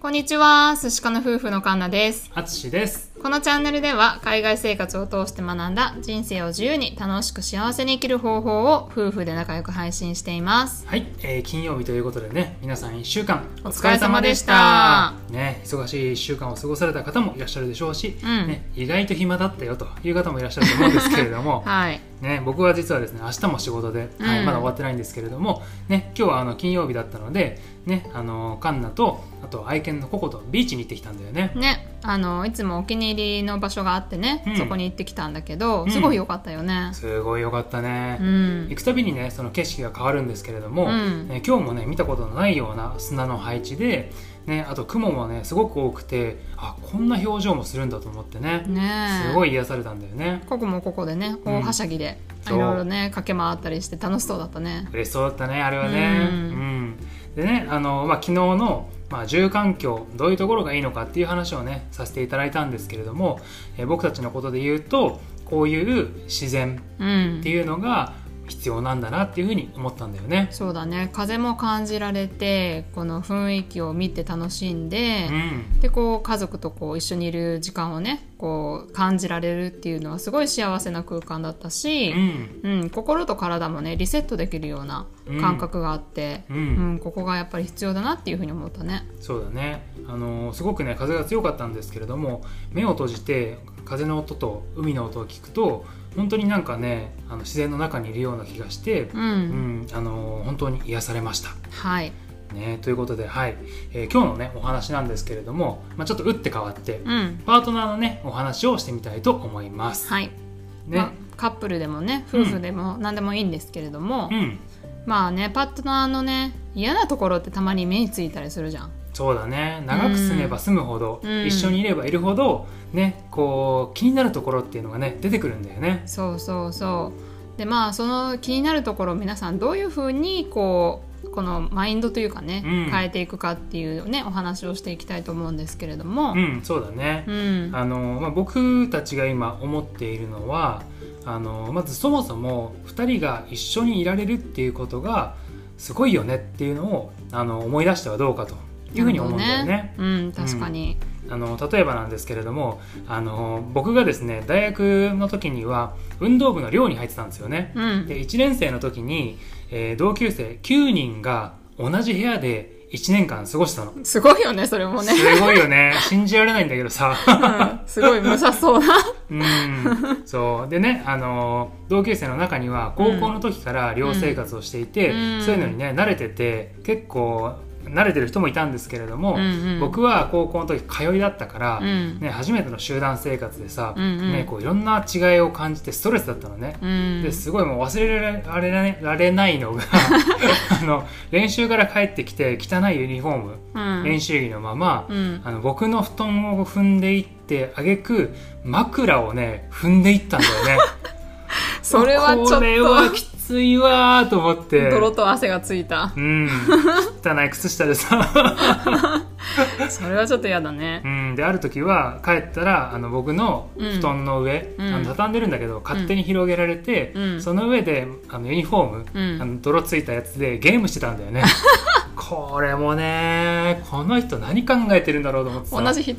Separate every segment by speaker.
Speaker 1: こんにちは、寿司家の夫婦のカンナです。
Speaker 2: あつしです。
Speaker 1: このチャンネルでは海外生活を通して学んだ人生を自由に楽しく幸せに生きる方法を夫婦で仲良く配信しています。
Speaker 2: はい、えー金曜日ということでね、皆さん1週間
Speaker 1: お疲れ様でした
Speaker 2: お疲れ様でしたね、忙しい1週間を過ごされた方もいらっしゃるでしょうし、
Speaker 1: うん
Speaker 2: ね、意外と暇だったよという方もいらっしゃると思うんですけれども、
Speaker 1: はい。
Speaker 2: ね、僕は実はですね、明日も仕事で、はい
Speaker 1: うん
Speaker 2: まだ終わってないんですけれども、ね、今日はあの金曜日だったので、ね、あのカンナとあと愛犬のココとビーチに行ってきたんだよね。
Speaker 1: ね、あの、いつもお気に入りの場所があってね、
Speaker 2: うん
Speaker 1: そこに行ってきたんだけど、
Speaker 2: うん
Speaker 1: すごい良かったよね。
Speaker 2: すごいよかったね。
Speaker 1: うん。
Speaker 2: 行くたびにねその景色が変わるんですけれども、
Speaker 1: うん
Speaker 2: ね今日もね見たことのないような砂の配置で、ね、あと雲もねすごく多くてあこんな表情もするんだと思ってね
Speaker 1: ねえ
Speaker 2: すごい癒されたんだよね
Speaker 1: ここもここでね、こうはしゃぎで、
Speaker 2: そう
Speaker 1: いろいろね、駆け回ったりして楽しそうだったね。
Speaker 2: 嬉しそうだったねあれはね、
Speaker 1: うん
Speaker 2: うんでねあの、まあ、昨日の、まあ、住環境どういうところがいいのかっていう話をねさせていただいたんですけれども、えー僕たちのことで言うとこういう自然
Speaker 1: うん
Speaker 2: って。いうのが必要なんだなっていうふうに思ったんだよね。
Speaker 1: そうだね、風も感じられて、この雰囲気を見て楽しんで、
Speaker 2: うん
Speaker 1: でこう家族とこう一緒にいる時間をねこう感じられるっていうのはすごい幸せな空間だったし
Speaker 2: う、ん
Speaker 1: うん心と体もねリセットできるような感覚があって、
Speaker 2: うん
Speaker 1: うんここがやっぱり必要だなっていうふうに思ったね。
Speaker 2: そうだね、あのすごくね風が強かったんですけれども目を閉じて風の音と海の音を聞くと本当になんかねあの自然の中にいるような気がして、
Speaker 1: う
Speaker 2: うん
Speaker 1: ん
Speaker 2: あの本当に癒されました。
Speaker 1: はい、
Speaker 2: ね、ということで、はいえー今日のねお話なんですけれども、まあ、ちょっと打って変わって、
Speaker 1: うん
Speaker 2: パートナーのねお話をしてみたいと思います。
Speaker 1: はい
Speaker 2: ね、
Speaker 1: まあカップルでもね夫婦でも何でもいいんですけれども、
Speaker 2: うん
Speaker 1: まあねパートナーのね嫌なところってたまに目についたりするじゃん。
Speaker 2: そうだね長く住めば住むほど、
Speaker 1: うん
Speaker 2: 一緒にいればいるほど、ね、こう気になるところっていうのがね出てくるんだよね。
Speaker 1: そうそうそうでまあその気になるところを皆さんどういうふうにこうこのマインドというかね、
Speaker 2: うん
Speaker 1: 変えていくかっていうねお話をしていきたいと思うんですけれども、
Speaker 2: うん、そうだね、
Speaker 1: うん
Speaker 2: あのまあ、僕たちが今思っているのはあのまずそもそも2人が一緒にいられるっていうことがすごいよねっていうのをあの思い出してはどうかというふうに思うんだよ
Speaker 1: なる
Speaker 2: ね。
Speaker 1: ほどねうん、確かに、
Speaker 2: あの例えばなんですけれどもあの僕がですね大学の時には運動部の寮に入ってたんですよね。
Speaker 1: うん
Speaker 2: で1年生の時に、えー同級生9人が同じ部屋で1年間過ごした の。
Speaker 1: すごいよねそれもね、
Speaker 2: すごいよね信じられないんだけどさ。
Speaker 1: うんすごい無さそう な
Speaker 2: うん、そうでね、あのー同級生の中には高校の時から寮生活をしていて、
Speaker 1: うん
Speaker 2: そういうのにね慣れてて結構慣れてる人もいたんですけれども、
Speaker 1: うんうん
Speaker 2: 僕は高校の時通いだったから、
Speaker 1: うん
Speaker 2: ね、初めての集団生活でさ、
Speaker 1: うんうん
Speaker 2: ね、こういろんな違いを感じてストレスだったのね。
Speaker 1: うん
Speaker 2: ですごいもう忘れられられられない のがあの練習から帰ってきて汚いユニフォーム、
Speaker 1: うん
Speaker 2: 練習着のまま、
Speaker 1: うん
Speaker 2: あの僕の布団を踏んでいってあげく枕をね踏んでいったんだ よね
Speaker 1: それはちょっと
Speaker 2: これはきついわーと思って
Speaker 1: 泥と汗がついた
Speaker 2: うん汚い靴下 でさ、
Speaker 1: それはちょっと嫌だね
Speaker 2: うん、である時は帰ったらあの僕の布団の上、
Speaker 1: うん
Speaker 2: あの畳んでるんだけど勝手に広げられて、
Speaker 1: うん
Speaker 2: その上であのユニフォーム、
Speaker 1: うん
Speaker 2: あの泥ついたやつでゲームしてたんだ よねこれもねこの人何考えてるんだろうと思ってさ
Speaker 1: 同じ人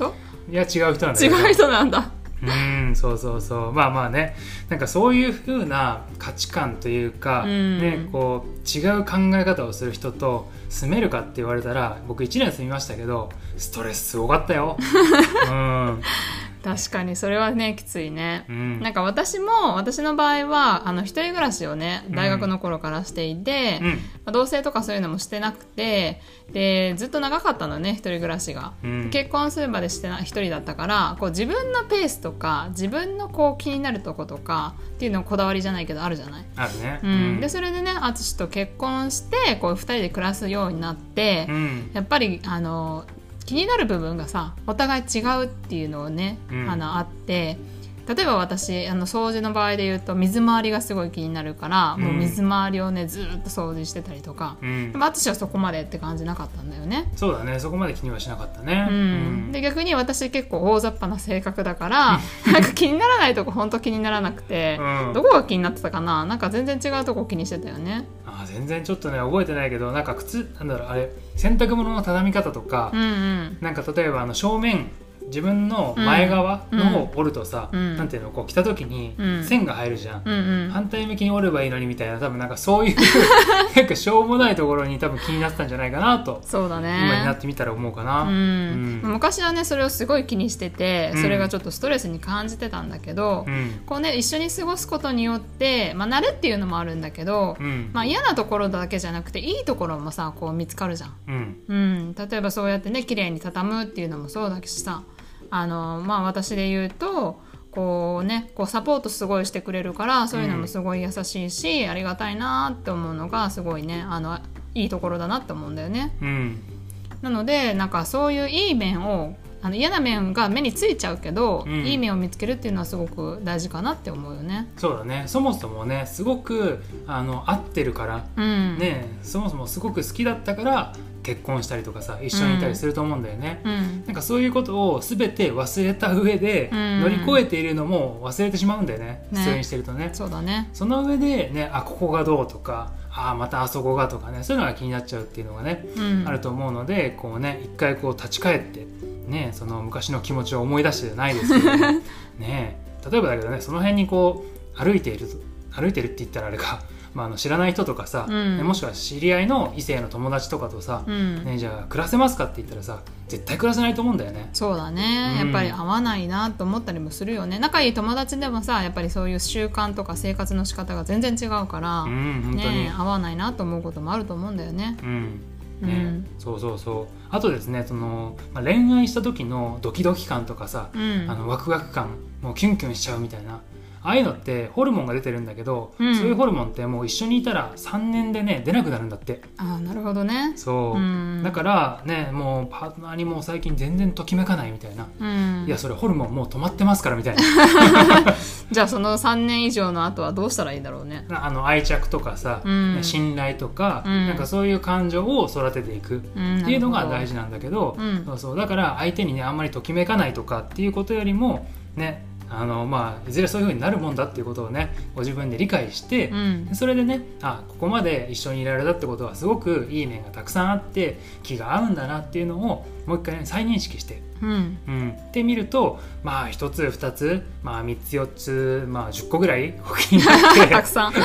Speaker 2: いや違う人なんだ
Speaker 1: 違
Speaker 2: けど
Speaker 1: う人なんだ
Speaker 2: うんそうそうそうまあまあねなんかそういうふうな価値観というか、
Speaker 1: うん
Speaker 2: ね、こう違う考え方をする人と住めるかって言われたら僕1年住みましたけどストレスすごかっ たよ。うん
Speaker 1: 確かにそれはねきついね
Speaker 2: うん
Speaker 1: なんか私も私の場合はあの一人暮らしをね大学の頃からしていて、
Speaker 2: うん
Speaker 1: まあ同棲とかそういうのもしてなくてでずっと長かったのね一人暮らしが。
Speaker 2: うん
Speaker 1: 結婚するまでしてな一人だったからこう自分のペースとか自分のこう気になるとことかっていうのこだわりじゃないけどあるじゃない、
Speaker 2: あるね。
Speaker 1: う、
Speaker 2: うんん
Speaker 1: でそれでね淳と結婚してこう二人で暮らすようになって、
Speaker 2: うん
Speaker 1: やっぱりあの気になる部分がさお互い違うっていうのをね、
Speaker 2: うん
Speaker 1: あのあって例えば私あの掃除の場合で言うと水回りがすごい気になるから、もう水回りをねずーっと掃除してたりとか、
Speaker 2: うん
Speaker 1: でも淳はそこまでって感じなかったんだよね。
Speaker 2: そうだねそこまで気にはしなかったね、
Speaker 1: うんで逆に私結構大雑把な性格だからなんか気にならないとこ本当気にならなくて、
Speaker 2: うん
Speaker 1: どこが気になってたかななんか全然違うとこ気にしてたよね。
Speaker 2: あー全然ちょっとね覚えてないけどなんか靴なんだろうあれ洗濯物の畳み方とか
Speaker 1: う、んうん
Speaker 2: なんか例えばあの正面自分の前側の方を折るとさ、
Speaker 1: うん
Speaker 2: なんていうのこう着た時に
Speaker 1: うん
Speaker 2: 線が入るじゃん、
Speaker 1: うんうん
Speaker 2: 反対向きに折ればいいのにみたいな多分なんかそ ういうなんかしょうもないところに多分気になってたんじゃないかなと、
Speaker 1: そうだね
Speaker 2: 今になってみたら思うかな、
Speaker 1: うん
Speaker 2: うん
Speaker 1: 昔はねそれをすごい気にしてて
Speaker 2: うん
Speaker 1: それがちょっとストレスに感じてたんだけど、
Speaker 2: うん
Speaker 1: こうね一緒に過ごすことによって、まあ、慣れっていうのもあるんだけど、
Speaker 2: うん
Speaker 1: まあ、嫌なところだけじゃなくていいところもさこう見つかるじゃん。
Speaker 2: うん
Speaker 1: うん、例えばそうやってね綺麗に畳むっていうのもそうだしさあの、まあ、私で言うとこうねこうサポートすごいしてくれるからそういうのもすごい優しいし、ありがたいなって思うのがすごいねあのいいところだなって思うんだよね。
Speaker 2: うん
Speaker 1: なのでなんかそういういい面をあの嫌な面が目についちゃうけど、
Speaker 2: うん
Speaker 1: いい面を見つけるっていうのはすごく大事かなって思うよね。
Speaker 2: そうだねそもそもねすごくあの合ってるから
Speaker 1: うん、
Speaker 2: ねそもそもすごく好きだったから結婚したりとかさ一緒にいたりすると思うんだよね、
Speaker 1: うん、
Speaker 2: なんかそういうことを全て忘れた上で
Speaker 1: うん
Speaker 2: 乗り越えているのも忘れてしまうんだよね
Speaker 1: ね
Speaker 2: 出演してるとね
Speaker 1: そうだね。
Speaker 2: その上でねあここがどうとかあまたあそこがとかねそういうのが気になっちゃうっていうのがね、
Speaker 1: うん、
Speaker 2: あると思うのでこうね一回こう立ち返ってねその昔の気持ちを思い出してじゃないですけど ね例えばだけどねその辺にこう歩いている歩いてるって言ったらあれか、まあ、あの知らない人とかさ、
Speaker 1: うん
Speaker 2: ねもしくは知り合いの異性の友達とかとさ、
Speaker 1: うん
Speaker 2: ね、じゃあ暮らせますかって言ったらさ絶対暮らせないと思うんだよね。
Speaker 1: そうだね、
Speaker 2: う
Speaker 1: や
Speaker 2: ん
Speaker 1: っぱり合わないなと思ったりもするよね仲いい友達でもさやっぱりそういう習慣とか生活の仕方が全然違うから、
Speaker 2: うん本当に、
Speaker 1: ね、合わないなと思うこともあると思うんだよね。
Speaker 2: うん
Speaker 1: う
Speaker 2: ね
Speaker 1: ん
Speaker 2: そうそうそうあとですねその、まあ、恋愛した時のドキドキ感とかさ、
Speaker 1: うん
Speaker 2: あのワクワク感もうキュンキュンしちゃうみたいなああいうのってホルモンが出てるんだけど、
Speaker 1: うん
Speaker 2: そういうホルモンってもう一緒にいたら3年でね出なくなるんだって
Speaker 1: あなるほどね。
Speaker 2: そ
Speaker 1: う
Speaker 2: う、
Speaker 1: ん
Speaker 2: だからねもうパートナーにもう最近全然ときめかないみたいな、
Speaker 1: うん
Speaker 2: いやそれホルモンもう止まってますからみたいな
Speaker 1: じゃあその3年以上の後はどうしたらいいんだろうね。
Speaker 2: あの愛着とかさ、
Speaker 1: うん
Speaker 2: 信頼とか、
Speaker 1: うん
Speaker 2: なんかそういう感情を育てていく
Speaker 1: うん
Speaker 2: っていうのが
Speaker 1: なる
Speaker 2: 大
Speaker 1: ほ
Speaker 2: 事なんだけど、
Speaker 1: うん
Speaker 2: そうそうだから相手にねあんまりときめかないとかっていうことよりもねあのまあいずれそういうふうになるもんだっていうことをねご自分で理解して、
Speaker 1: どうん
Speaker 2: それでねあここまで一緒にいられたってことはすごくいい面がたくさんあって気が合うんだなっていうのをもう一回ね再認識して。
Speaker 1: うん
Speaker 2: うん、で見るとまあ1つ2つ、まあ、3つ4つ、まあ、10個ぐらいこう気になっ
Speaker 1: たくさ ん。
Speaker 2: て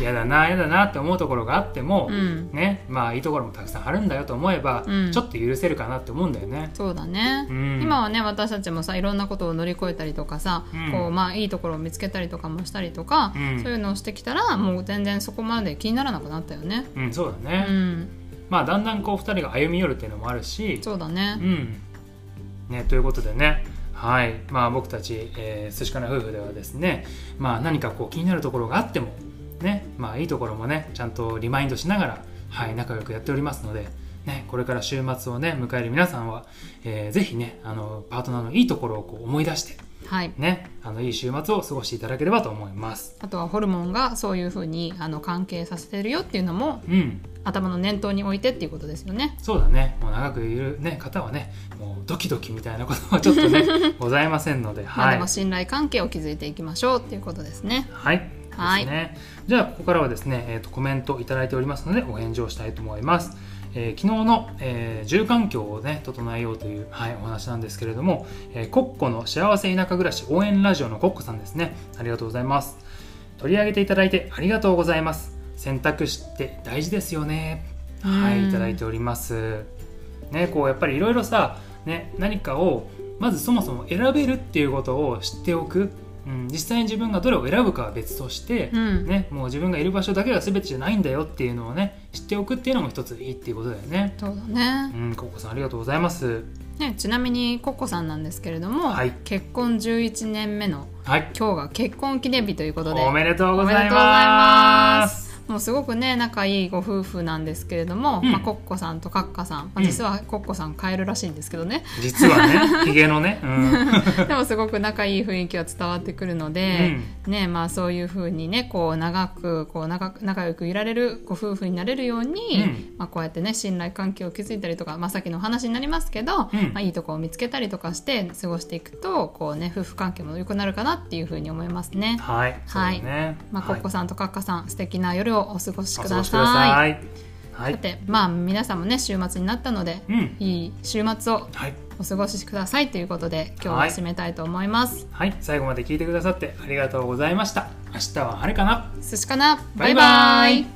Speaker 2: 嫌だな嫌だなって思うところがあっても、
Speaker 1: うん、
Speaker 2: ねまあいいところもたくさんあるんだよと思えば、
Speaker 1: うん
Speaker 2: ちょっと許せるかなって思うんだよね。
Speaker 1: そうだね。
Speaker 2: うん
Speaker 1: 今はね私たちもさいろんなことを乗り越えたりとかさ、
Speaker 2: うん
Speaker 1: こうまあ、いいところを見つけたりとかもしたりとか、
Speaker 2: うん
Speaker 1: そういうのをしてきたらもう全然そこまで気にならなくなったよね。
Speaker 2: うん、そうだ
Speaker 1: う
Speaker 2: ね、
Speaker 1: ん、
Speaker 2: まあだんだんこう2人が歩み寄るっていうのもあるし
Speaker 1: そうだね
Speaker 2: う、んね、ということでねはいまあ僕たち、えー、寿司かな夫婦ではですねまあ何かこう気になるところがあってもねまあいいところもねちゃんとリマインドしながらはい仲良くやっておりますのでね、これから週末をね迎える皆さんは、えー、ぜひねあのパートナーのいいところをこう思い出して
Speaker 1: はい、
Speaker 2: ねあのいい週末を過ごしていただければと思います。
Speaker 1: あとはホルモンがそういうふうにあの関係させてるよっていうのも
Speaker 2: うん、
Speaker 1: 頭の念頭に置いてっていうことですよね。
Speaker 2: そうだね。もう長くいる、ね、方はね、もうドキドキみたいなことはちょっとね、ございませんので、
Speaker 1: まあ、
Speaker 2: は
Speaker 1: で
Speaker 2: い
Speaker 1: も。信頼関係を築いていきましょうっていうことですね。
Speaker 2: はい。
Speaker 1: はい
Speaker 2: ですね。じゃあ、ここからはですね、えーと、コメントいただいておりますので、お返事をしたいと思います。えー昨日の、えー住環境をね、整えようという、はい、お話なんですけれども、えーコッコの幸せ田舎暮らし応援ラジオのコッコさんですね。ありがとうございます。取り上げていただいてありがとうございます。選択肢って大事ですよね。は
Speaker 1: う
Speaker 2: い、
Speaker 1: ん
Speaker 2: いただいております。ね、こうやっぱりいろいろさ、ね、何かをまずそもそも選べるっていうことを知っておく、うん、実際に自分がどれを選ぶかは別として、
Speaker 1: うん
Speaker 2: ね、もう自分がいる場所だけが全てじゃないんだよっていうのをね知っておくっていうのも一ついいっていうことだよね。
Speaker 1: そうだね
Speaker 2: うん、ココさんありがとうございます。
Speaker 1: ねちなみにコッコさんなんですけれども、
Speaker 2: はい
Speaker 1: 結婚11年目の
Speaker 2: はい、
Speaker 1: 今日が結婚記念日ということで
Speaker 2: おめでとうご
Speaker 1: おめで
Speaker 2: ざ
Speaker 1: と
Speaker 2: いう
Speaker 1: ござい
Speaker 2: ま。
Speaker 1: ますもうもうすごくね仲いいご夫婦なんですけれども、
Speaker 2: うん
Speaker 1: まあ、コッコさんとカッカさん、まあ、
Speaker 2: うん
Speaker 1: 実はコッコさん変えるらしいんですけど ね、
Speaker 2: 実はね ヒゲのね、うん
Speaker 1: でもすごく仲いい雰囲気は伝わってくるので、ねまあ、そういうふうにねこう長くこう長く仲良くいられるご夫婦になれるように、まあ、こうやってね信頼関係を築いたりとか、まあ、さっきのお話になりますけど、
Speaker 2: うん
Speaker 1: まあ、いいとこを見つけたりとかして過ごしていくとこう、ね、夫婦関係も良くなるかなっていうふうに思いますね。
Speaker 2: はいそうだね、
Speaker 1: まあ、コッコ
Speaker 2: はい
Speaker 1: さんとカッカさん、素敵な夜をお過ごし
Speaker 2: お
Speaker 1: く
Speaker 2: 過
Speaker 1: だ
Speaker 2: ごしく
Speaker 1: さい。
Speaker 2: ださいは
Speaker 1: さ
Speaker 2: い
Speaker 1: て、まあ、皆さんもね週末になったので、
Speaker 2: うん
Speaker 1: いい週末を
Speaker 2: はい
Speaker 1: お過ごしくださいということで今日は
Speaker 2: はい
Speaker 1: 締めたいと思います。
Speaker 2: はい、最後まで聞いてくださってありがとうございました。明日は晴れかな
Speaker 1: 寿司かなバイバ
Speaker 2: バイ
Speaker 1: イ
Speaker 2: バイ